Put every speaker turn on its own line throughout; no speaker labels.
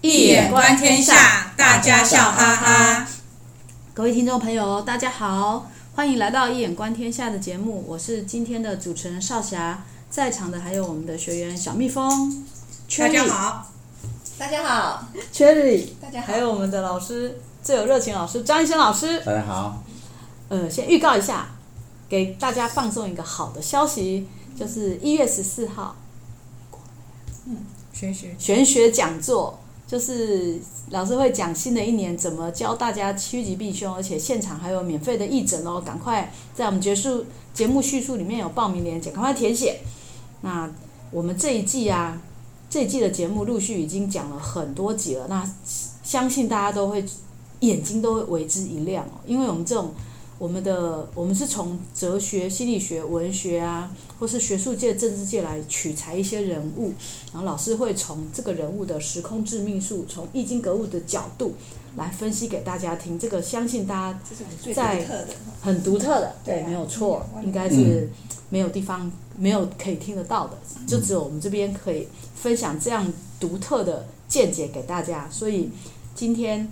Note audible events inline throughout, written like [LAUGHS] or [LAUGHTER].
一眼观天下，大家笑哈哈。
各位听众朋友，大家好，欢迎来到《一眼观天下》的节目，我是今天的主持人少霞，在场的还有我们的学员小蜜蜂、
大家
Cherry、
好，
大家好，
Cherry，
大家好
还有我们的老师最有热情老师张医生老师。
大家好，
呃，先预告一下，给大家放送一个好的消息，就是一月十四号
学学
玄学讲座，就是老师会讲新的一年怎么教大家趋吉避凶，而且现场还有免费的义诊哦，赶快在我们结束节目叙述里面有报名链接，赶快填写。那我们这一季啊，这一季的节目陆续已经讲了很多集了，那相信大家都会眼睛都会为之一亮哦，因为我们这种。我们的我们是从哲学、心理学、文学啊，或是学术界、政治界来取材一些人物，然后老师会从这个人物的时空致命术，从易经格物的角度来分析给大家听。这个相信大家
这是我们最独
在
特的。
很独特的，
对啊
没有错，
嗯
应该是没有地方没有可以听得到的，就只有我们这边可以分享这样独特的见解给大家。所以今天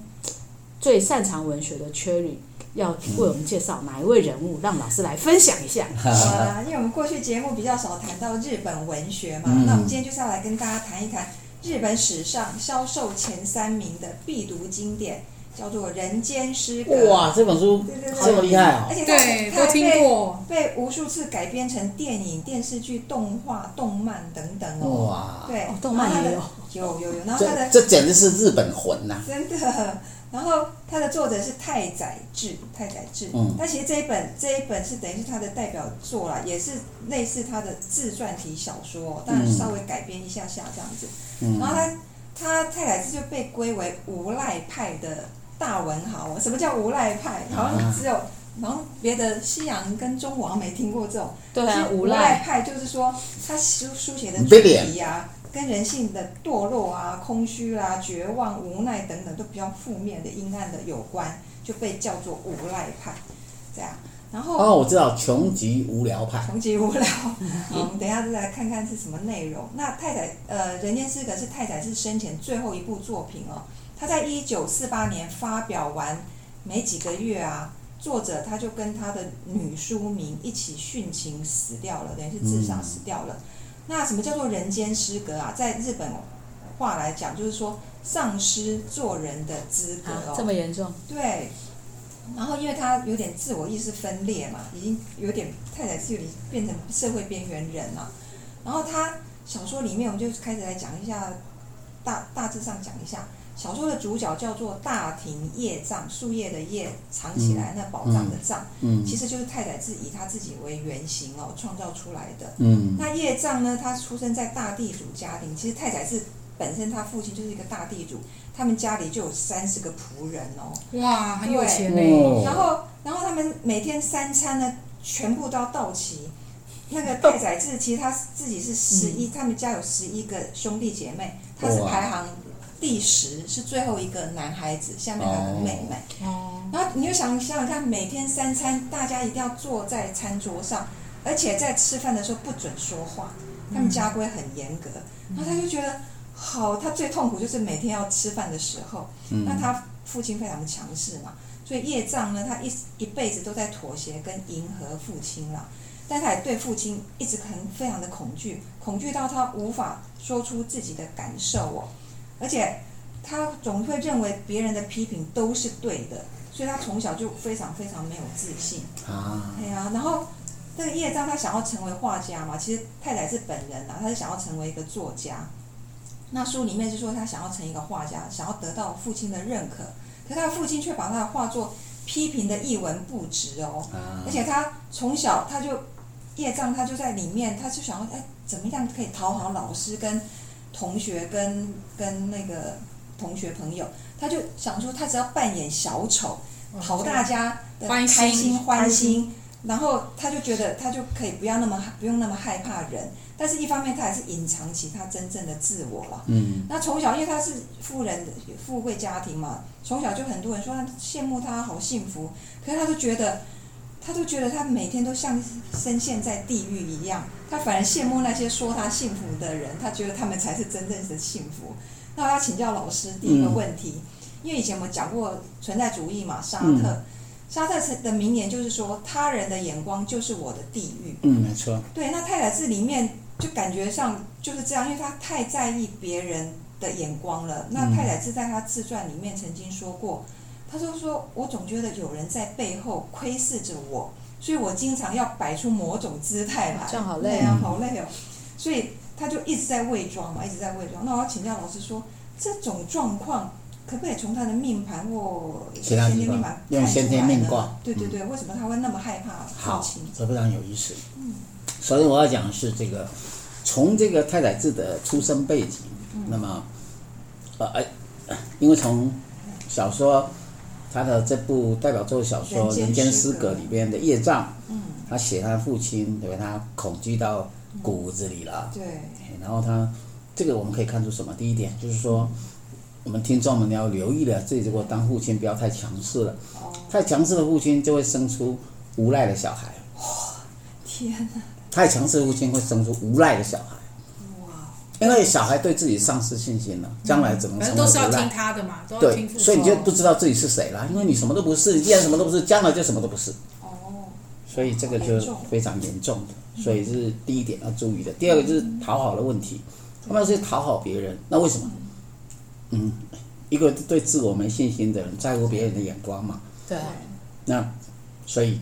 最擅长文学的 Cherry 要为我们介绍哪一位人物，让老师来分享一下。
好啦，啊因为我们过去节目比较少谈到日本文学嘛，
嗯
那我们今天就是要来跟大家谈一谈日本史上销售前三名的必读经典，叫做《人间失格》。
哇，这本书
对对对，
这么厉害
而
哦！
且它
对
它
都
还
听
被
过，
被无数次改编成电影、电视剧、动画、动漫等等哦。
哇，
对
哦，动漫也有
然后它的有有有，然后它的
这这简直是日本魂呐、
[LAUGHS] 真的。然后它的作者是太宰治，太宰治。
嗯
那其实这一本这一本是等于是他的代表作啦，也是类似他的自传体小说、哦，当然
嗯
稍微改编一下下这样子。然后
嗯，
他他太宰治就被归为无赖派的大文豪哦。什么叫无赖派？
啊
好像只有。然后别的西洋跟中国好像没听过这种，
对
其
啊，
实
无
无
赖
赖派就是说他书书写的主
Billion
题啊，跟人性的堕落啊、空虚啦、绝望、无奈等等都比较负面的、阴暗的有关，就被叫做无赖派。这样，然后
哦，我知道穷极无聊派，
穷
[LAUGHS]
极无聊。好，我们等一下再来看看是什么内容。那太宰呃，《人间失格》是太宰治生前最后一部作品哦。他在一九四八年发表完没几个月啊，作者他就跟他的女书名一起殉情死掉了，等于是自
嗯
杀死掉了。那什么叫做人间失格啊？在日本话来讲，就是说丧失做人的资格
啊
哦，。
这么严重，
对，然后因为他有点自我意识分裂嘛，已经有点太宰治有点变成社会边缘人了。然后他小说里面，我们就开始来讲一下，大大致上讲一下。小说的主角叫做大庭叶藏，树叶的叶藏起来，那宝藏的藏，
嗯
其实就是太宰治以他自己为原型哦创造出来的。
嗯
那业障呢？他出生在大地主家庭，其实太宰治本身他父亲就是一个大地主，他们家里就有三十个仆人哦。
哇，很有钱呢。
哦，
然后，然后他们每天三餐呢，全部都要到齐。那个太宰治其实他自己是十一、他们家有十一个兄弟姐妹，他是
嗯哇
排行第十，是最后一个男孩子，下面还有个妹妹。
哦，
然后你就想想想看，每天三餐大家一定要坐在餐桌上，而且在吃饭的时候不准说话，他们家规很严格。然后他就觉得，好，他最痛苦就是每天要吃饭的时候。
嗯
那他父亲非常强势嘛，所以业障呢，他一一辈子都在妥协跟迎合父亲啦。但他也对父亲一直很非常的恐惧，恐惧到他无法说出自己的感受哦，而且他总会认为别人的批评都是对的，所以他从小就非常非常没有自信。
啊，
对啊，然后这个业障他想要成为画家嘛，其实太宰治本人啊，他是想要成为一个作家。那书里面是说他想要成一个画家，想要得到父亲的认可，可他的父亲却把他的画作批评的一文不值哦。
啊
而且他从小他就业障，他就在里面，他就想要哎怎么样可以讨好老师跟同学跟跟那个同学朋友，他就想说他只要扮演小丑，讨大家的
欢
开
心
心欢
开
心。然后他就觉得他就可以不要那么不用那么害怕人，但是一方面他还是隐藏起他真正的自我了。
嗯
那从小因为他是富人的富贵家庭嘛，从小就很多人说他羡慕他好幸福，可是他就觉得，他就觉得他每天都像深陷在地狱一样，他反而羡慕那些说他幸福的人，他觉得他们才是真正的幸福。那我要请教老师第一个问题，因为以前我们讲过存在主义嘛，沙特，
嗯
沙特的名言就是说，他人的眼光就是我的地狱。
嗯，没错，
对，那太宰治里面就感觉上就是这样，因为他太在意别人的眼光了。那太
嗯
宰治在他自传里面曾经说过，他就说我总觉得有人在背后窥视着我，所以我经常要摆出某种姿态来。
这样好累
对
哦，
啊好累哦。所以他就一直在伪装嘛，一直在伪装。那我要请教老师说，这种状况。可不可以从他的命盘或
其
先
他
天
地
命
方
盘
用
看
先
出
天
来
命
呢
卦嗯
对对对，为什么他会那么害怕
好
父亲？，
这非常有意思。嗯，首先我要讲的是这个，从这个太宰治的出生背景，那么，呃，哎，因为从小说他的这部代表作小说
人
《
间
人间失
失格
格》里边的业障，
嗯，
他写他父亲，对吧？他恐惧到骨子里了。
对，
然后他这个我们可以看出什么？第一点就是说，我们听众们要留意了，自己如果当父亲不要太强势了，
哦，
太强势的父亲就会生出无赖的小孩，
天哪，
太强势的父亲会生出无赖的小孩，
哇，
因为小孩对自己丧失信心了，将来嗯怎么
反
成
正都
为
是要
无
听
赖？
他的嘛，都要
对
听，父
所以你
亲。
就
啊
不知道自己是谁了，因为你什么都不是，既然什么都不是，将来就什么都不是。
哦，
所以这个就
严重
非常严重的，所以这是第一点要注意的。第二个就是讨好的问题，他们是讨好别人，那为什么？嗯，一个对自我没信心的人，在乎别人的眼光嘛，
对，
那所以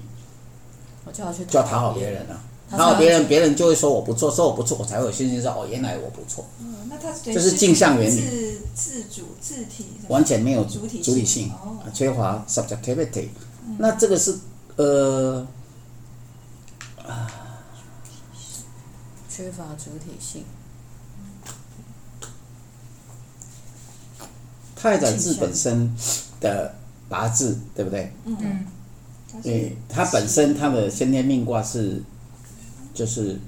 我就要去
就要讨好别人了。
他
讨
才会
好别人，别人就会说我不错，说我不错，我才会有信心说哦，原来我不错，
嗯那他
这是镜像原理
自自主自体什么
完全没有
主体性
主体性啊
哦，
缺乏 subjectivity。那这个是呃，
缺乏主体性，
太宰治本身的八字，对不对？
嗯，
他是
对，它本身它的先天命卦是，就是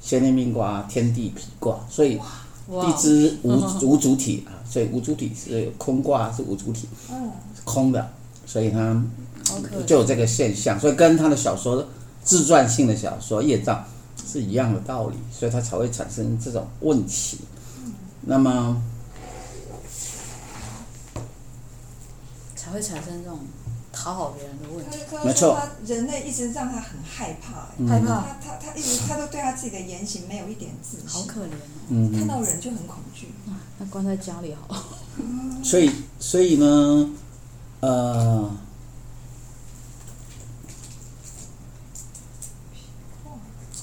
先天命卦天地痞卦，所以
哇
地，支无无主体啊，所以无主体是空卦是无主体，
嗯
空的，所以它
好可
就有这个现象，所以跟他的小说自传性的小说《业障》是一样的道理，所以它才会产生这种问题。那么
才会产生这种讨好别人的问
他
题，
他
没
说
错嗯
他人类一直让他很害怕，欸
害怕，
他他他一直他都对他自己的言行没有一点自
好
信，
可怜哦。
看到人就很恐惧，
那关在家里好
[LAUGHS]
了，
所以，所以呢，呃，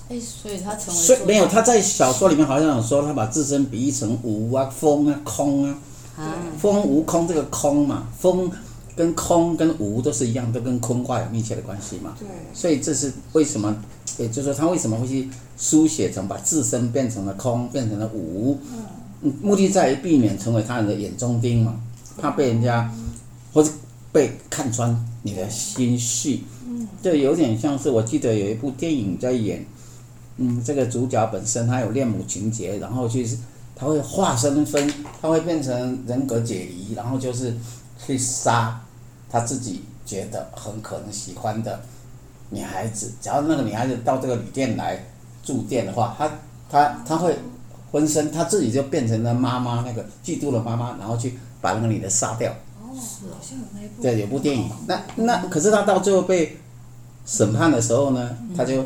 哎，所以他成为
所以没有，
作
他在小说里面好像有说，他把自身比喻成无啊、风啊、空啊，
家啊，
风无空这个空嘛，风跟空跟无都是一样，都跟空卦有密切的关系嘛。
对，
所以这是为什么，也就是说他为什么会去书写成把自身变成了空，变成了无，嗯目的在于避免成为他人的眼中钉嘛，怕被人家或者被看穿你的心绪。嗯，这有点像是我记得有一部电影在演，嗯，这个主角本身他有恋母情节，然后去他会化身分，他会变成人格解离，然后就是去杀他自己觉得很可能喜欢的女孩子，只要那个女孩子到这个旅店来住店的话，她她她会浑身，她自己就变成了妈妈那个嫉妒的妈妈，然后去把那个女的杀掉。
哦，好像有那一部，
对，有部电影，那那可是她到最后被审判的时候呢，她就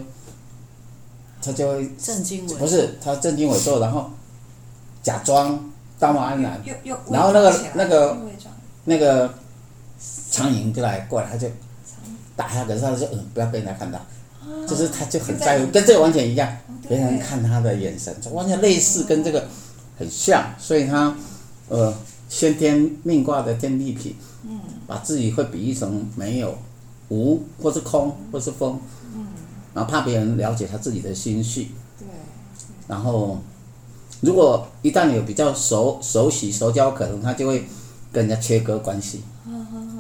她就会
震惊我，
不是她正襟危坐，然后假装道貌岸然，
又又
然后那个那个
又伪装
那个苍蝇就来过来，他就打他，可是他就嗯，不要被人家看到，就是他就很在乎，跟这个完全一样，别人看他的眼神，完全类似，跟这个很像，所以他呃先天命卦的天地痞，把自己会比喻成没有无或是空或是风，然后怕别人了解他自己的心绪，
对，
然后如果一旦有比较熟熟悉熟交，可能他就会跟人家切割关系，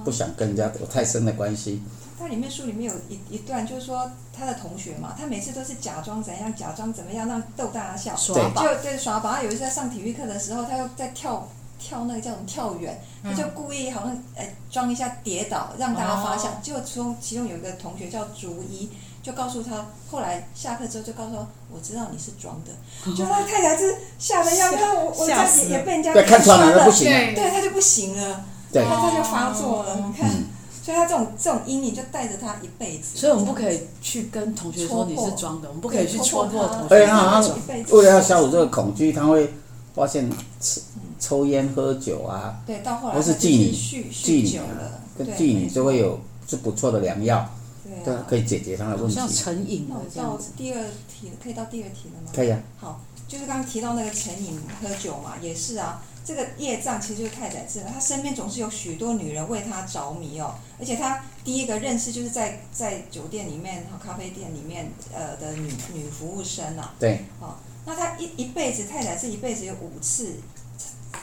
不想跟人家有太深的关系。
它里面书里面有一一段，就是说他的同学嘛，他每次都是假装怎样，假装怎么样，让逗大家笑，
耍宝
就对耍宝。他有一次在上体育课的时候，他又在跳跳那个叫什么跳远，他就故意好像呃装一下跌倒，让大家发笑。结果其中其中有一个同学叫竹一，就告诉他，后来下课之后就告诉他，我知道你是装的，就他太太是吓得要，那我我
吓
在
死
也也被人家
对，看穿了那不行啊了，
对
对，他就不行了，
对
他他就发作了，你看，
嗯
所以他这种这种阴影就带着他一辈子。
所以我们不可以去跟同学说你是装的，我们不可以去戳破同学
而且
的
他好
那
像
种。
为了要消除这个恐惧，他会发现抽抽烟、喝酒啊，
对，到后来
或是
他就
妓女
是酗
妓
酗
女
酒
啊
了，，
跟
对，
妓女就会有是不错的良药，
对
对
啊，。
可以解决他的
好
问题
像。成瘾
那
了
我
这样
到
子，
第二题，可以到第二题了吗？
可以啊，
好，就是刚刚提到那个成瘾喝酒嘛，也是啊。这个业障其实就是太宰治了，他身边总是有许多女人为他着迷哦，而且他第一个认识就是在在酒店里面、咖啡店里面呃的女女服务生啊。
对。
哦，那他一一辈子太宰治一辈子有五次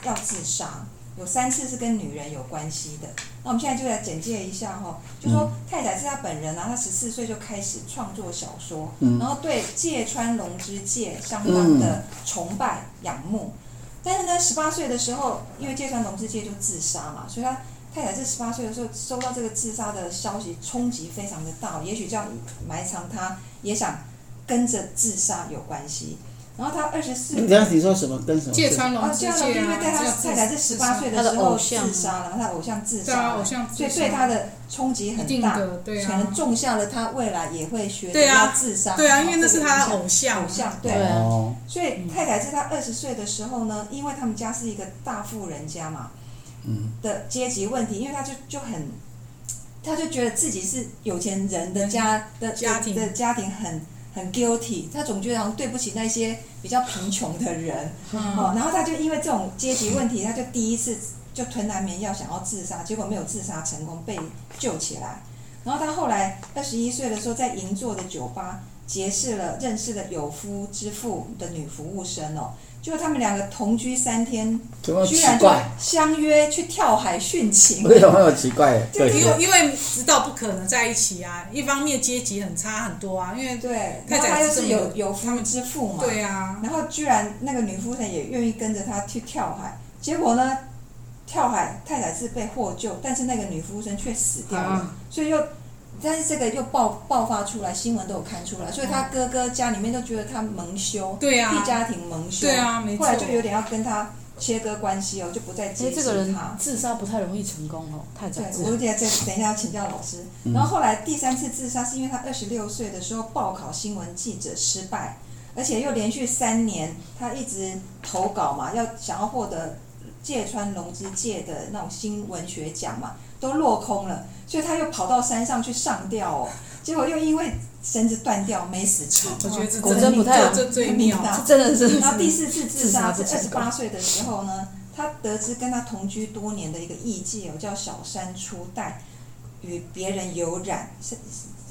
要自杀，有三次是跟女人有关系的。那我们现在就来简介一下哈、哦，就说太宰治他本人啊，他十四岁就开始创作小说，
嗯
然后对芥川龙之介相当的崇拜、仰慕。但是呢，十八岁的时候，因为芥川龙之介就自杀嘛，所以他太宰治十八岁的时候收到这个自杀的消息，冲击非常的大，也许这样埋藏他，也想跟着自杀有关系。然后他二十四
嗯你等一下你说什么跟什么？
芥川龙
啊，
之
这
介
样的，因为
啊，
在他太太是十八岁的时候自杀了，他的偶像自
对啊，
杀
偶
了，
像
所
自
以
杀
对他的冲击
一
很
定
大，
的，对
可能
啊，
种下了他未来也会学着
对啊
要自杀。
对啊，因为那是他
这
的
个
偶像啊
偶，像，对。
对啊
哦，
所以太太是
嗯
他二十岁的时候呢，因为他们家是一个大富人家嘛，
嗯，
的阶级问题，因为他就就很，他就觉得自己是有钱人的家的
家庭
的家庭很很 guilty，他总觉得好像对不起那些比较贫穷的人，
嗯，
哦，然后他就因为这种阶级问题，他就第一次就吞安眠药想要自杀，结果没有自杀成功，被救起来。然后他后来二十一岁的时候，在银座的酒吧结识了认识了有夫之妇的女服务生哦，结果他们两个同居三天，
有没有
居
奇
然就
怪？
相约去跳海殉情。
为什么 [LAUGHS] 有奇怪的？对
因为因为知道不可能在一起啊，一方面阶级很差很多啊，因为
对，
太
然后
宰
他又
治
是
这么
有有夫之妇嘛，
对啊，
然后居然那个女服务生也愿意跟着他去跳海，结果呢，跳海太宰治被获救，但是那个女服务生却死掉了，
啊
所以又，但是这个又爆爆发出来，新闻都有看出来，所以他哥哥家里面都觉得他蒙羞，
对啊
替家庭蒙羞，
对啊，没
后
错哎
来，就有点要跟他切割关系哦，就不再
所
接
以哎这个
近
人
他。
自杀不太容易成功哦，太
对
宰，治。
我有点这等一下要请教老师。然后后来第三次自杀是因为他二十六岁的时候报考新闻记者失败，而且又连续三年他一直投稿嘛，要想要获得芥川龙之介的那种新文学奖嘛，都落空了，所以他又跑到山上去上吊哦，结果又因为绳子断掉没死成。
我觉得这
果真不太
这最
命
妙，
大
[LAUGHS] 这真的是
然后第
[LAUGHS]
四次自杀
自杀不
是二十
成功
八岁的时候呢，他得知跟他同居多年的一个异界哦，叫小山初代，与别人有染，是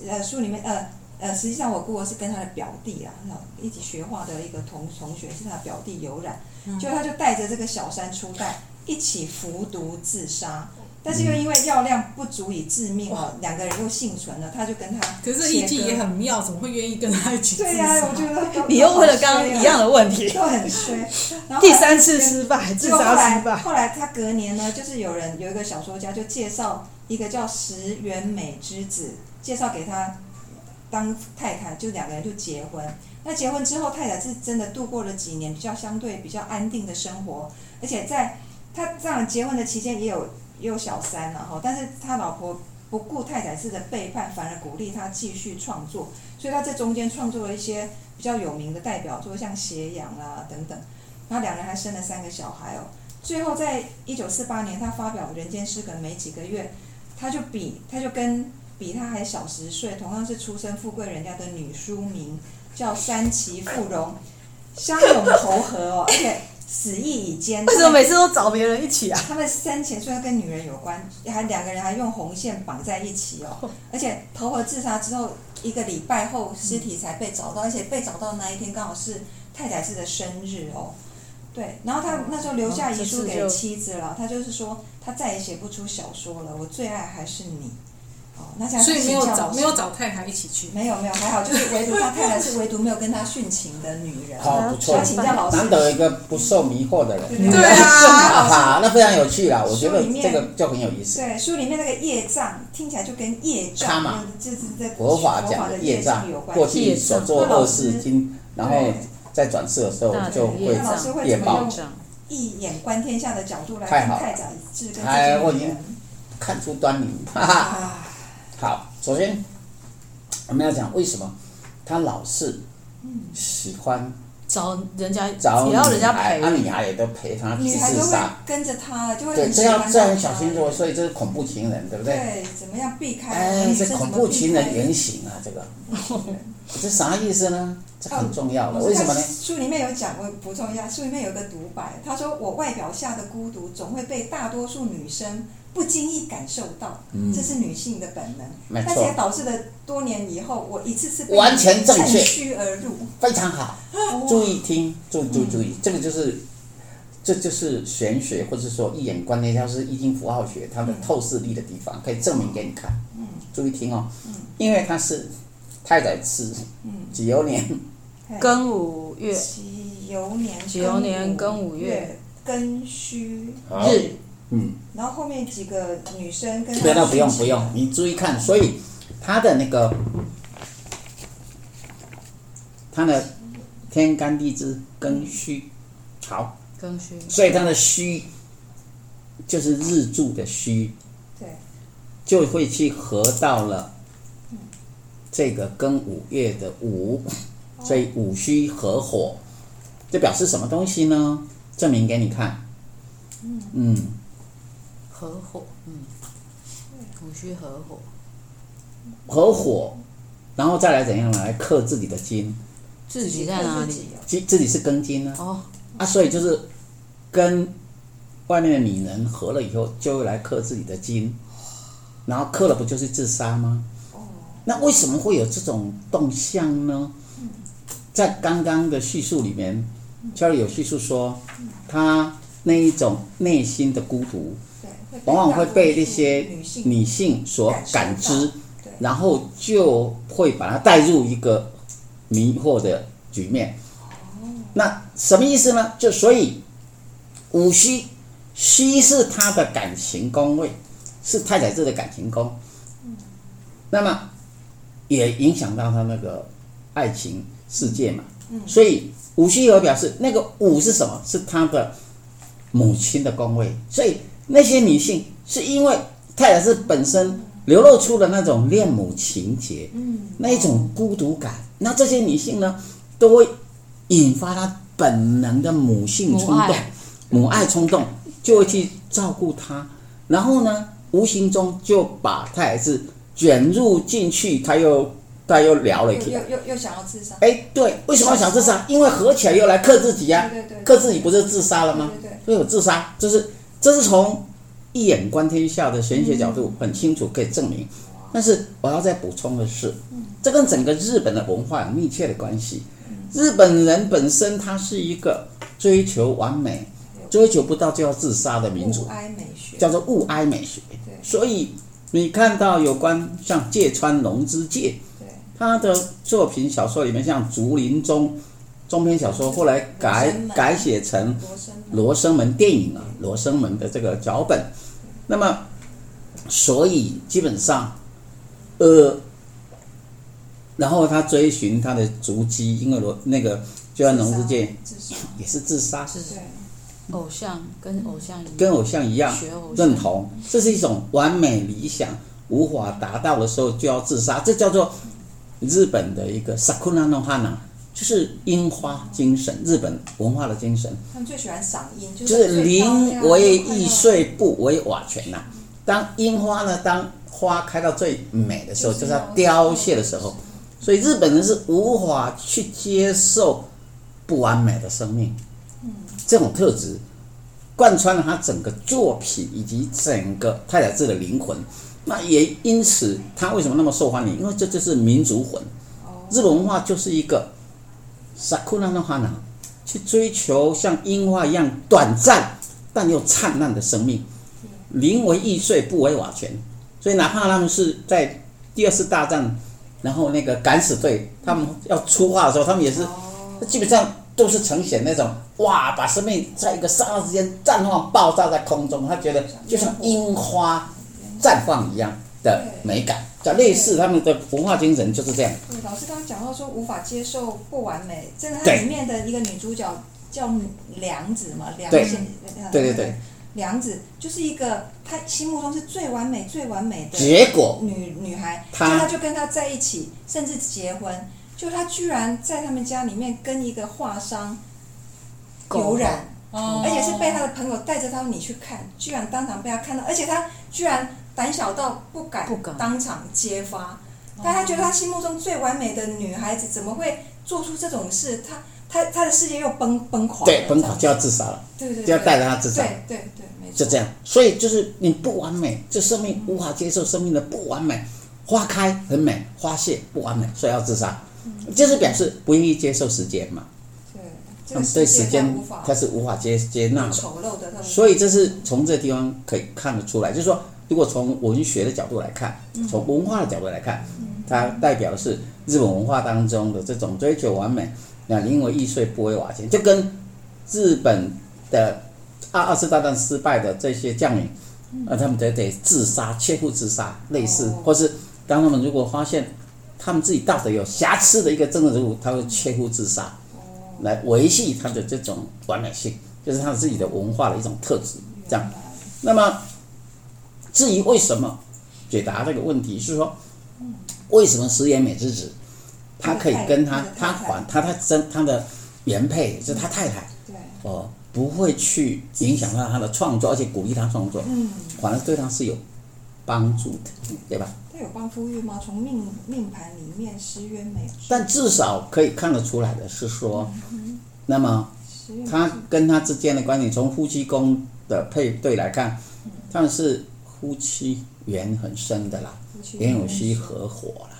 呃书里面呃呃，实际上我姑姑是跟他的表弟啊，然后一起学画的一个同同学是他的表弟有染，
嗯
就他就带着这个小山初代一起服毒自杀。
嗯
但是又因为药量不足以致命哦，两个人又幸存了，他就跟他
可是艺妓
切割
也很妙，怎么会愿意跟他一起自
对呀、
杀
我？觉得都
你又问了刚刚一样的问题，
都很衰。然后后来
第三次失败，自
结果后
杀失
来，
败，
后来他隔年呢，就是有人有一个小说家就介绍一个叫石原美之子，介绍给他当太太，就两个人就结婚。那结婚之后，太太是真的度过了几年比较相对比较安定的生活，而且在他这样结婚的期间也有也有小三了哈，但是他老婆不顾太宰治的背叛，反而鼓励他继续创作，所以他这中间创作了一些比较有名的代表作，像《斜阳》啊等等。然后两人还生了三个小孩哦。最后在一九四八年，他发表《人间失格》没几个月，他就比他就跟比他还小十岁，同样是出身富贵人家的女书名叫山崎富荣相拥投合哦，而且死意已坚。
为什么每次都找别人一起啊？
他们生前虽然跟女人有关，还两个人还用红线绑在一起哦，而且投河自杀之后一个礼拜后，尸体才被找到，而且被找到那一天刚好是太宰治的生日哦。对，然后他那时候留下
哦
遗书给妻子了，他就是说他再也写不出小说了，我最爱还是你。哦，那这样
所以没有
请教
找
老师
没有找太太一起去，
没有没有还好，就是唯独他太太是唯独没有跟他殉情的女人。
好不错
那，请教老师，
难得有一个不受迷惑的人。
对
啊
[LAUGHS] 哈，那非常有趣啊啦，我觉得
书里面
这个就很有意思。
对，书里面那个业障听起来就跟业
卡
障
玛，
就是在
佛法讲
的
的业障
有，关
过
系。
去所做恶事经，然后
对
在转世的时候
大的
就
业
会
那老师会
业
怎么
报
用一眼观天下的角度来
太
看
好了
太宰治跟这
哎我已
些
经
人
看出端倪， [LAUGHS] 哈哈。
啊，
好，首先我们要讲为什么他老是喜欢
找人家，
找
只要人
女
家
孩，
陪
那、，女孩也都陪他去
女孩
自
都会
杀。
跟着他，就会
对，
很
这
喜
要
欢
这要
他
很小心做，所以这是恐怖情人，对不对？
对，怎么样避开？
哎，
女
这
生
恐
怎么
怖
避
情人
开
原型啊，这
[LAUGHS]
个这啥意思呢？这很重要的，
我
为什么呢
看？书里面有讲，我补充一下，书里面有个独白，他说：“我外表下的孤独，总会被大多数女生不经意感受到，
嗯
这是女性的本能。
没
但是
错
也导致了多年以后，我一次次被
完全正确
趁虚而入。
非常好，注意听，注意注意注意，这个就是，这就是玄学，或者说一眼观天下是易经符号学它的透视力的地方，可以证明给你看。注意听哦，因为它是太宰治己酉年
嘿
庚午月
己酉年，
己酉年
庚
庚午月，
庚戌，
日，
嗯，
然后后面几个女生跟
不要不用
他
不用，你注意看，所以它的那个它的天干地支庚戌，好，
庚戌，
所以它的戌就是日柱的戌。
对，
就会去合到了这个跟五月的五，所以五虚合火，这表示什么东西呢？证明给你看。嗯，
合伙，嗯，五戌合伙，
合火，然后再来怎样呢来克自己的金，
自己在哪
自己
里？
啊
哦
自自己是庚金呢
哦，
啊，所以就是跟外面的女人合了以后，就会来克自己的金，然后克了不就是自杀吗？那为什么会有这种动向呢？在刚刚的叙述里面，教理有叙述说，他那一种内心的孤独，
对，
往往会被那
那
些
女性
女性所感
感受
知
到对，
然后就会把它带入一个迷惑的局面。那什么意思呢？就所以五虚，虚是他的感情宫位，是太宰治的感情宫，那么也影响到他那个爱情世界嘛。
嗯
所以五虚而表示那个五是什么？是他的母亲的宫位，所以那些女性是因为太宰治本身流露出了那种恋母情节，嗯，那一种孤独感，那这些女性呢，都会引发她本能的母性冲
母
动
爱，
母爱冲动就会去照顾她，然后呢，无形中就把太宰治卷入进去，他又他又聊了
又
起来。
又又又想要自杀，
哎，对，为什么要想自杀？因为合起来又来克自己呀、
对对对
克自己不是自杀了吗？
对对
所以有自杀，这是这是从一眼观天下的玄学角度很清楚可以证明。
嗯
但是我要再补充的是，这跟整个日本的文化有密切的关系。日本人本身他是一个追求完美、追求不到就要自杀的民族
物，哀美学，
叫做物哀美学
对。
所以你看到有关像芥川龙之介，
对。
他的作品小说里面，像《竹林中》中篇小说，后来改
罗生门
改写成
罗生
《罗生门》电影啊，《罗生门》的这个脚本。那么，所以基本上，呃，然后他追寻他的足迹，因为罗那个就像龙之介
自杀，
也是自杀，
是
对，
偶像跟偶像一样，
跟偶像一样
学偶像
啊认同，这是一种完美理想无法达到的时候就要自杀，这叫做日本的一个 sakuna no hana，就是樱花精神，日本文化的精神，
他们最喜欢赏樱，就
就是
最
临
漂亮
危
最快
易
乐
碎不为瓦全呐、当樱花呢，当花开到最美的时候，就是它凋谢的时候，所以日本人是无法去接受不完美的生命，这种特质贯穿了他整个作品以及整个太宰治的灵魂。那也因此，他为什么那么受欢迎？因为这就是民族魂。日本文化就是一个 sakura no hana，去追求像樱花一样短暂但又灿烂的生命，宁为易碎，不为瓦全。所以哪怕他们是在第二次
哦
大战，然后那个敢死队他们要出发的时候，他们也是基本上都是呈现那种哇，把生命在一个刹那之间绽放、爆炸在空中，他觉得就像樱花绽放一样的美感，叫类似他们的文化精神就是这样。
对，老师刚刚讲到说无法接受不完美，真的，它
对
里面的一个女主角叫梁子嘛，梁
对
先，呃
对对对，
梁子就是一个她心目中是最完美、最完美的
结果
女女孩，
她
就她就跟他在一起，甚至结婚，就她居然在他们家里面跟一个画商有
狗啊
染，
哦
而且是被他的朋友带着他你去看，居然当场被他看到，而且他居然胆小到不敢
不敢
当场揭发。但他觉得他心目中最完美的女孩子怎么会做出这种事？他他他的世界又崩崩垮了，
对崩垮
这
就
样
要自杀了，
对对对，
就要带着他自杀。
对对对，没
就
错，
这样。所以就是你不完美，这生命无法接受生命的不完美。花开很美，花谢不完美，所以要自杀，就是表示不愿意接受时间嘛。
对，
他
这个
们对
世
时
界他
间
无法
他是无法接接纳的。
丑陋的，他无法
所以这是从这地方可以看得出来，就是说，如果从文学的角度来看，
嗯
从文化的角度来看，它代表的是日本文化当中的这种追求完美，那宁为玉碎不为瓦全，就跟日本的二二次大战失败的这些将领，那他们得得自杀，切腹自杀，类似，
嗯哦
或是当他们如果发现他们自己道德有瑕疵的一个政治人物，他会切腹自杀，来维系他的这种完美性，就是他自己的文化的一种特质。这样，那么至于为什么解答这个问题是说，为什么石原美之子，他可以跟他
他
他
的太太
还他他真他的原配就是他太太
对
哦，不会去影响到他的创作，而且鼓励他创作，
嗯，
反而对他是有帮助的，对吧？
他有帮夫育吗？从命命盘里面石原美智，
但至少可以看得出来的是说，那么
石原美
他
智
跟他之间的关系，从夫妻宫的配对来看，他们是夫妻缘很深的啦，
夫妻
缘有息合伙啦，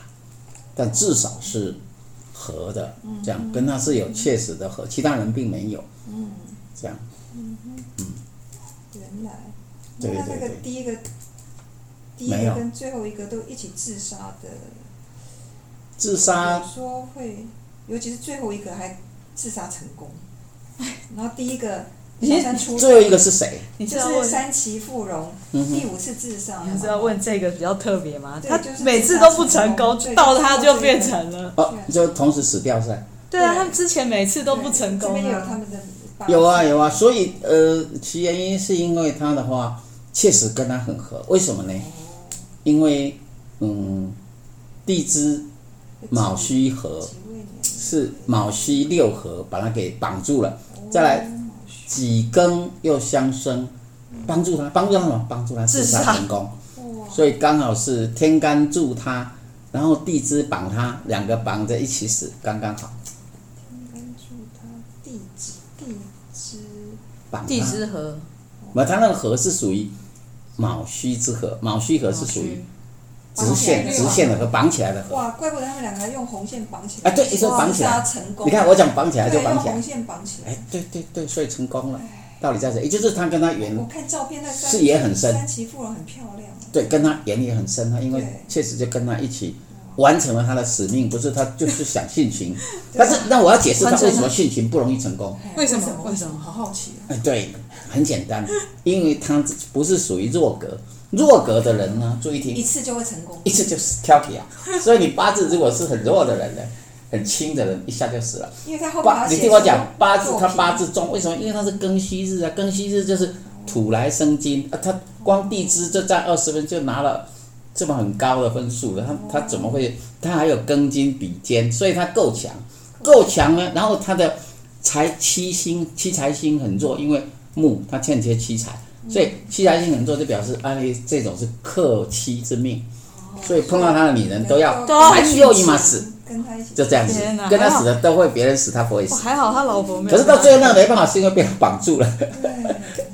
但至少是合的，这样跟他是有切实的合，其他人并没有，这样
原来，
对
那
对
这个
对
第一个、第一
没
个
有
跟最后一个都一起自杀的，
自杀
有说会，尤其是最后一个还自杀成功， [LAUGHS] 然后第一个小山出
最后一个是谁？
你知
就
道嗯
是
问，
山崎富荣、
嗯哼
第五次自杀嘛，
你知
[LAUGHS]
道问这个比较特别吗？
对
他
就是
每次
自杀
都不成功，
成
[LAUGHS]
功
到
对
他
就是
就变成了。
哦，就同时死掉是吧？
对啊，
对
他们之前每次都不
对
成
这
功
边也有他
啊。
们的八
有啊
字
有啊，所以呃，其原因是因为他的话确实跟他很合，为什么呢？因为嗯，地支卯戌合
几位年
是卯戌六合把它给绑住了，
哦
再来己庚又相生，帮助他帮助他什么？帮助他自
自
杀
杀
成功，
哇，
所以刚好是天干助他，然后地支绑他，两个绑在一起死，刚刚好
关注他地址地址
绑他。
地之合，
那它那个合是属于卯戌之合，卯戌合是属于直线
绑起来的
直线的和绑起来的合。
哇，怪不得他们两个用红线绑起来，
啊对一说
哇
绑起来
自杀成功，
你看我讲绑起来就
对，用
绑起来
红，线绑起来
哎。，对对对，所以成功了。道理在这，也就是他跟他
哎我
缘，
看照片那三
视野很深
三崎富人很漂亮啊，
对，跟他缘也很深啊，因为
对
确实就跟他一起完成了他的使命，不是他就是想殉
[LAUGHS]
情。但是那我要解释他为什么殉情不容易成功。
为什么
啊哎为
为
什
什
么？好好奇啊。
哎，对，很简单，因为他不是属于弱格，弱格的人呢，注意听
一，次就会成功
一，次就是挑剔啊。所以你八字如果是很弱的人呢，很轻的人，一下就死了。
因为他后面
八，
要
你
写
听我讲，八字
作
它
品
八字重，为什么？因为它是庚戌日啊，庚戌日就是土来生金啊，它光地支就占二十分就拿了这么很高的分数
哦
了，它它怎么会？它还有庚金比肩，所以它够强，够强呢。然后它的财七星七财星很弱，因为木它欠缺七财，
嗯
所以七财星很弱就表示啊，你这种是克妻之命，
哦
所以碰到他的女
啊
人都要
都要
还是又一码死。
跟他一起
就这样子
天哪，
跟他死的都会别人死，他不会
哇，
死。
还好他老婆没有。
可是到最后那个没办法，是因为被绑住了，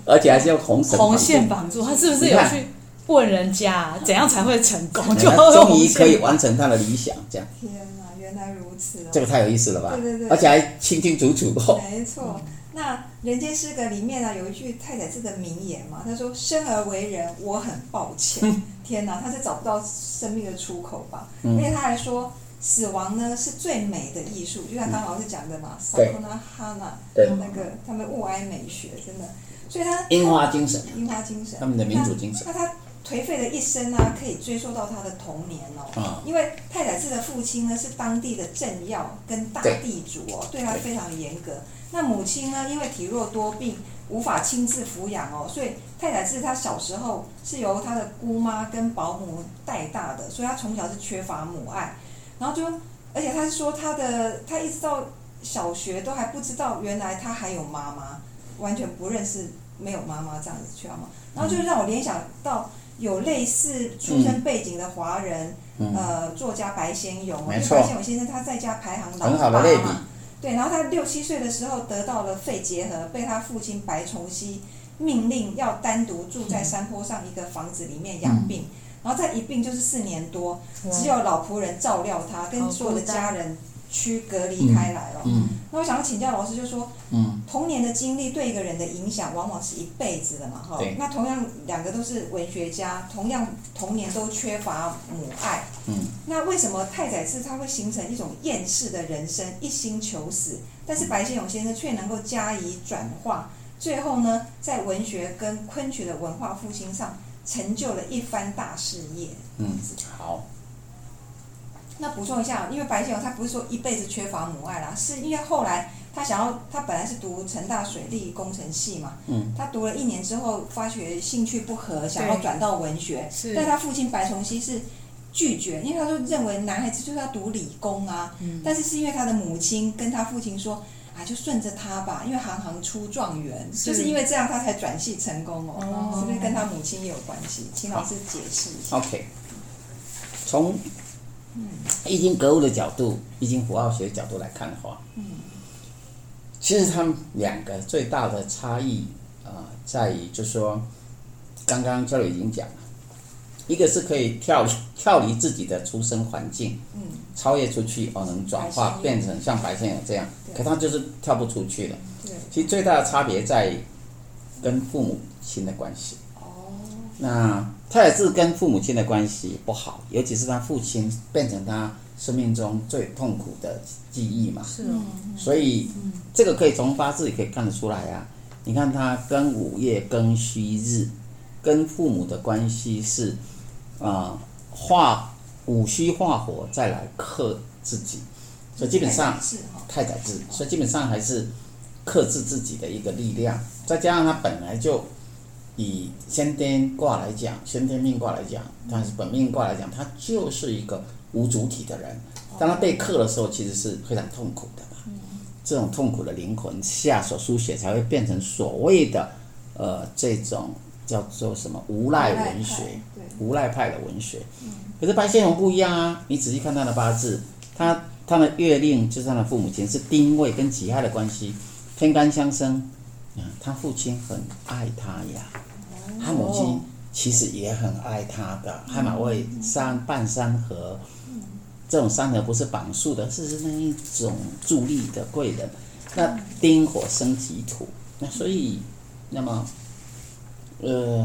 而且还是用红绳绑
红
住
线绑住，他是不是
你
有
看
去问人家怎样才会成功？就
哎他终于可以完成他的理想，这样
天哪，原来如此哦
这。个太有意思了吧？
对对对
而且还清清楚楚哦，
没错，那《人间失格》里面呢、有一句太宰治的名言嘛，他说：“生而为人，
嗯
我很抱歉。天哪，他是找不到生命的出口吧？而且他还说，死亡呢是最美的艺术，就像刚老师讲的嘛，萨
对
克纳哈纳
对
那个他们物哀美学，真的，所以他
樱花嗯精神，
樱花精神，
他们的民族精神
那。那他颓废的一生啊，可以追溯到他的童年哦。
啊
因为太宰治的父亲呢是当地的政要跟大
对
地主哦，对他
对
非常严格。那母亲呢，因为体弱多病，无法亲自抚养哦，所以太宰治他小时候是由他的姑妈跟保姆带大的，所以他从小是缺乏母爱。然后就，而且他是说他的，他一直到小学都还不知道原来他还有妈妈，完全不认识没有妈妈这样子缺妈妈，然后就让我联想到有类似出身背景的华人，
嗯
呃，作家白先勇，
没
因
错
为白先勇先生他在家排行老
很好
八
的类比
嘛，对，然后他六七岁的时候得到了肺结核，被他父亲白崇禧命令要单独住在山坡上一个房子里面养病，
嗯
然后再一病就是四年多，只有老仆人照料他，跟所有的家人区隔离开来哦。
嗯
那我想要请教老师，就说
嗯，
童年的经历对一个人的影响，往往是一辈子的嘛，哈
对。
那同样两个都是文学家，同样童年都缺乏母爱，
嗯，
那为什么太宰治他会形成一种厌世的人生，一心求死？但是白先勇先生却能够加以转化，最后呢，在文学跟昆曲的文化复兴上，成就了一番大事业。
嗯，好，
那补充一下，因为白先勇他不是说一辈子缺乏母爱啦，是因为后来他想要，他本来是读成大水利工程系嘛，
嗯，
他读了一年之后发觉兴趣不合，想要转到文学，
是
啊
但他父亲白崇禧是拒绝，因为他说认为男孩子就是要读理工啊，但是是因为他的母亲跟他父亲说。啊，就顺着他吧，因为行行出状元，
是
就是因为这样他才转系成功哦，
哦
是不是跟他母亲也有关系？请老师解释一下。
OK，从易经格物的角度、易经符号学的角度来看的话，嗯，其实他们两个最大的差异啊、呃在于就是说，刚刚教授已经讲了，一个是可以跳离跳离自己的出生环境，嗯，超越出去哦，能转化
白先
变
勇
成像白先勇这样，可
对
他就是跳不出去了。
对，
其实最大的差别在于跟父母亲的关系。
哦，
那泰也是跟父母亲的关系不好，尤其是他父亲变成他生命中最痛苦的记忆嘛，
是哦，
所以这个可以从八字也可以看得出来啊。你看他跟午夜庚戌日，跟父母的关系是啊、化午戌化火再来克自己，所以基本上
是哈，
太宰治，所以基本上还是克制自己的一个力量。再加上他本来就以先天卦来讲，先天命卦来讲，但是本命卦来讲，他就是一个无主体的人。当他被克的时候，其实是非常痛苦的嘛。这种痛苦的灵魂下所书写，才会变成所谓的呃这种叫做什么无赖文学。
对，
无赖派的文学。可是白先勇不一样啊，你仔细看他的八字，他他的月令就是他的父母亲是丁位跟己亥的关系，天干相生，嗯，他父亲很爱他呀，他母亲其实也很爱他的。亥马位三半三合，这种三合不是绑树的，是是那一种助力的贵人。那丁火生己土，那所以那么，呃，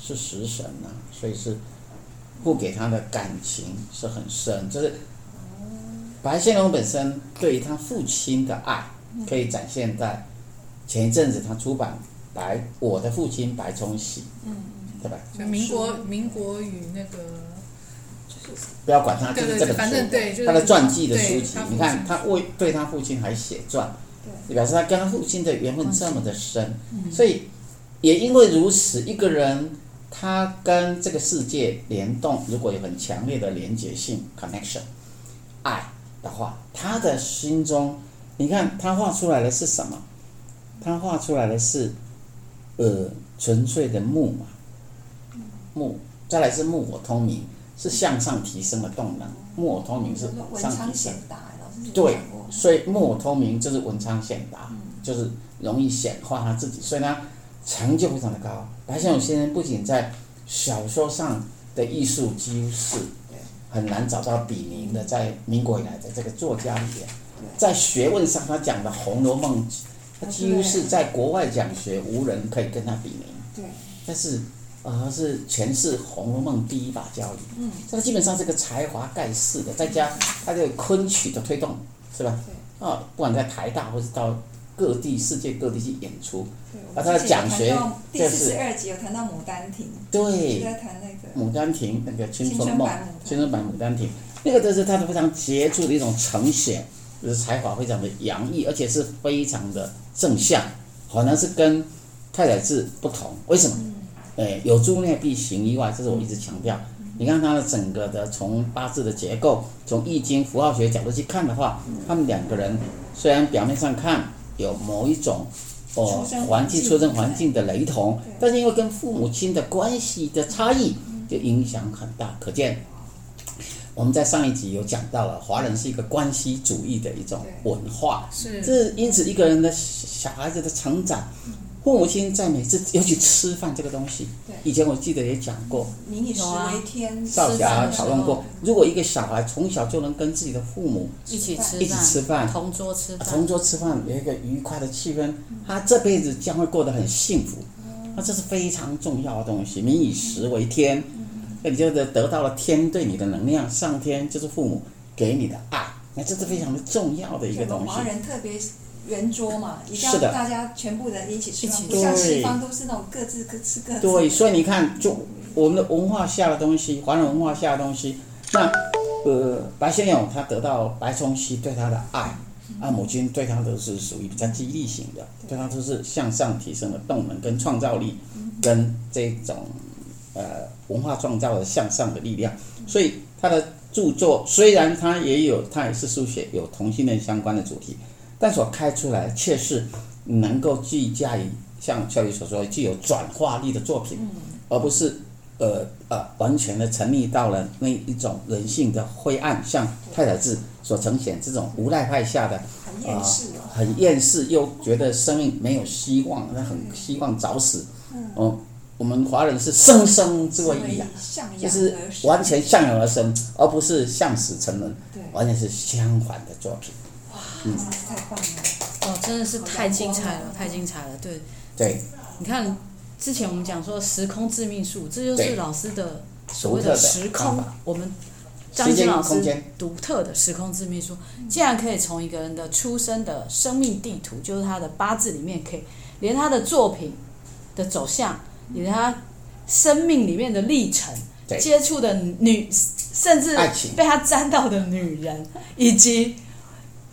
是食神呐、所以是付给他的感情是很深，就是白先勇本身对于他父亲的爱，可以展现在前一阵子他出版《白我的父亲白崇禧》，对吧？
所以民国民国与那个
不要管他，就
对
是
对
这本
反
书
正对就是
他的传记的书
对
籍
他。父
你看，他为对他父亲还写传，就表示他跟他父亲的缘分这么的深。
嗯
所以也因为如此，一个人他跟这个世界联动，如果有很强烈的连结性 connection，爱的话，他的心中，你看他画出来的是什么？他画出来的是，呃，纯粹的木嘛，木，再来是木火通明，是向上提升的动能。木火通明是
就是
往
文
上
昌
提升
显。达，老师有
对
讲过，嗯
所以木火通明就是文昌显达，就是容易显化他自己，所以呢，成就非常的高。白先勇先生不仅在小说上的艺术几乎是很难找到比邻的，在民国以来的这个作家里面，在学问上他讲的《红楼梦》，他几乎是在国外讲学无人可以跟他比邻。
对，
但是呃是全是《红楼梦》第一把交椅，嗯，所以基本上是个才华盖世的，再加他对昆曲的推动，是吧？对，啊，不管在台大或是到各地世界各地去演出，
对，我
把
们
他的
之前
讲
有谈
学
到
就
第
是
四十二集有谈到《牡丹亭》，就
对，
在谈那个
《牡丹亭》那个《青春
青春
梦》
版牡丹
青春版《牡丹亭》，那个就是他的非常杰出的一种呈现，就是才华非常的洋溢，而且是非常的正向，好像是跟太宰治不同。为什么？哎，有诸内必行以外，这是我一直强调。你看他的整个的从八字的结构，从易经符号学角度去看的话，他们两个人虽然表面上看有某一种哦
出生环
环境、
境
出生环境的雷同
对，
但是因为跟父母亲的关系的差异，就影响很大。可见我们在上一集有讲到了，华人是一个关系主义的一种文化，
是
这因此一个人的小孩子的成长，父母亲在每次尤其吃饭这个东西
对，
以前我记得也讲过，
“民以食为天”，
少侠
吃饭的时
讨
候
论过，如果一个小孩从小就能跟自己的父母
一起吃
一起
饭，
吃饭，
同桌吃
啊
饭，
同桌吃饭有一个愉快的气氛，他这辈子将会过得很幸福。那这是非常重要的东西，民以食为天，那你就得得到了天对你的能量，上天就是父母给你的爱，那这是非常的重要的一个
我
东
们
西
华。人特别圆桌嘛，一定要
是的
大家全部人一起吃
一
饭，
起
不像
对
西方都是那种各自各吃各自。
对，所以你看，就我们的文化下的东西，华人文化下的东西，那呃，白先勇他得到白崇禧对他的爱，啊，母亲对他都是属于比较激励型的，对他都是向上提升的动能跟创造力，跟这种呃文化创造的向上的力量，所以他的著作虽然他也有，他也是书写有同性恋相关的主题，但所开出来却是能够具驾于像教育所说具有转化力的作品，
嗯
而不是呃呃完全的沉溺到了那一种人性的灰暗，像太宰治所呈现这种无赖派下的呃
很厌世哦。
很厌世，又觉得生命没有希望，那很希望早死。
嗯
哦，我们华人是生生之为
为
义啊，
向阳
就是
而生
完全向阳而生，而不是向死成人，
对，
完全是相反的作品。
真是太棒了。
哦，真的是太精彩了，太精彩了。对，
对，
你看之前我们讲说时空致命数，这就
对
是老师的所
独
谓
特的
时
方
空
法，，
我们张
时
艺兴
间
老
空
师
间，
独特的时空致命数，竟然可以从一个人的出生的生命地图，就是他的八字里面，可以连他的作品的走向，连他生命里面的历程
对，
接触的女，甚至
爱情
被他沾到的女人，以及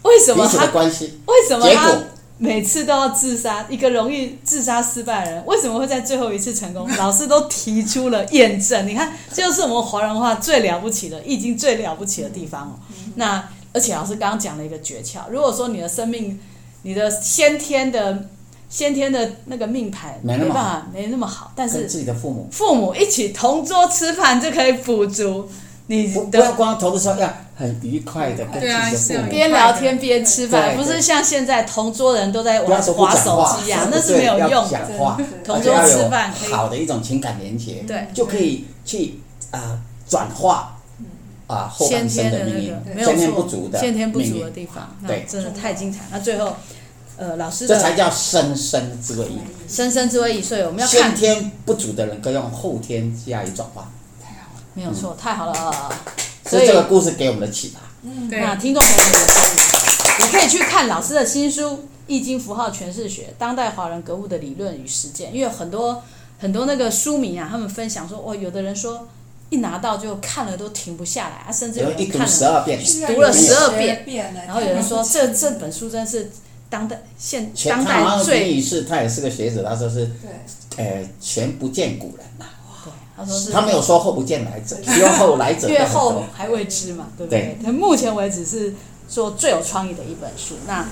为什么
彼此
他
的关系，
为什么
结
他
果
每次都要自杀？一个容易自杀失败的人，为什么会在最后一次成功？ [LAUGHS] 老师都提出了验证。你看，这就是我们华人文化最了不起的《易经》最了不起的地方哦。
嗯
那而且老师刚刚讲了一个诀窍，如果说你的生命，你的先天的先天的那个命盘
没那么
办
好
法没那么好，但
跟
是
自己的父母，
父母一起同桌吃饭就可以补足你
不不
的
要光头的时候要很愉快的跟
对啊
自己的
是
父
要
母
愉。
边聊天边吃
对
饭，
对
不是像现在同桌人都在
不要
玩
说不
划
讲
手
话，
机啊
说，不
那是没有
对
用
要讲
的。
话，
同
而且
桌
要有
吃饭可以
好的一种情感连接，
对
就可以去啊、转化啊、后
先
半生
天的
命
那
运
个，没有
先天不
错，
足的
先天不
命
足的
运，
地方，
对
那真的太精彩。那最后，呃，老师
这才
的
叫生生之谓义。
生生之为一岁，我们要
先
看，
天不足的人，更用后天加以转化，
没有错，太好了。所
是
以
这个故事给我们的启发。
嗯
嗯
对
那听众朋友们也可以去看老师的新书《易经符号诠释学：当代华人格物的理论与实践》，因为很多很多那个书迷啊，他们分享说，哇，有的人说一拿到就看了都停不下来啊，甚至
有
有
人一
人
读
看
十
了，啊
二遍，
读了十二遍
遍了，
然后有人说
太了
这
不起
这本书真是当代现
前
当
他好
代
像林
最
女士，她也是个学者，她说是
对，
呃前不见古人呐、
对，他说是
她没有说后不见来者，只有后来者
越
更多
后还未知嘛，对不对？但目前为止是说最有创意的一本书，那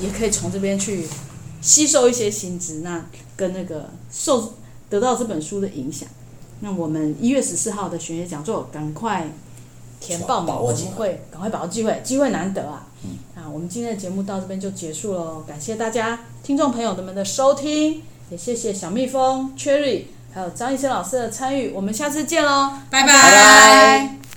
也可以从这边去吸收一些新知，那跟那个受得到这本书的影响。那我们一月十四号的巡演讲座，赶快填报名，
把
我
握
们
机会嗯
会赶快把握机会，机会难得啊！啊，我们今天的节目到这边就结束喽，感谢大家听众朋友们的收听，也谢谢小蜜蜂、Cherry 还有张医生老师的参与，我们下次见喽，
拜
拜拜